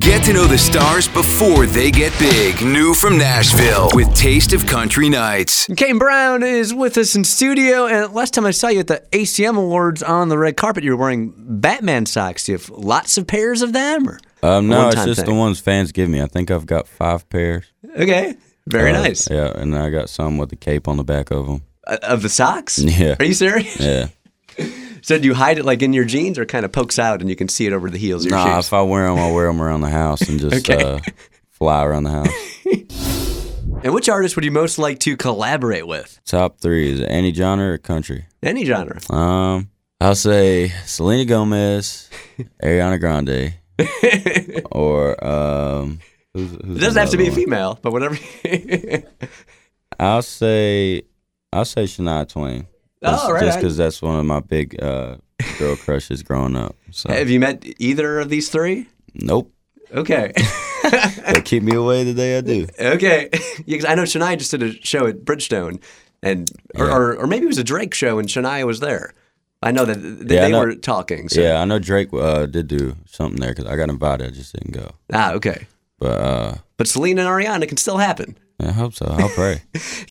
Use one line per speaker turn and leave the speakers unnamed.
Get to know the stars before they get big. New from Nashville with Taste of Country Nights.
Kane Brown is with us in studio, and last time I saw you at the ACM Awards on the red carpet, you were wearing Batman socks. Do you have lots of pairs of them? Or
Um,
a
no, it's
one-time
just the
thing?
ones fans give me. I think I've got five pairs.
Okay, very
Uh,
nice.
Yeah, and I got some with the cape on the back of them.
Uh, Of the socks?
Yeah.
Are you serious?
Yeah.
So do you hide it like in your jeans, or kind of pokes out and you can see it over the heels of your
Nah,
shoes?
if I wear them, I wear them around the house and just
Okay.
uh, fly around the house.
And which artist would you most like to collaborate with?
Top three is it any genre or country?
Any genre.
Um, I'll say Selena Gomez, Ariana Grande, or um, who's, who's
It doesn't have to be
another
a
one?
female, but whatever.
I'll say, I'll say Shania Twain.
Oh,
Just-
right,
Just
right.
because that's one of my big uh, girl crushes growing up. So
have you met either of these three?
nope,
Okay.
they keep me away the day I do.
Okay, because I know Shania just did a show at Bridgestone, and or,
Yeah.
or, or maybe it was a Drake show, and Shania was there. I know that th- they,
Yeah, I know.
were talking. So.
Yeah, I know Drake uh, did do something there because I got invited, I just didn't go.
Ah, okay.
But uh,
But Selena and Ariana can still happen.
I hope so. I'll pray.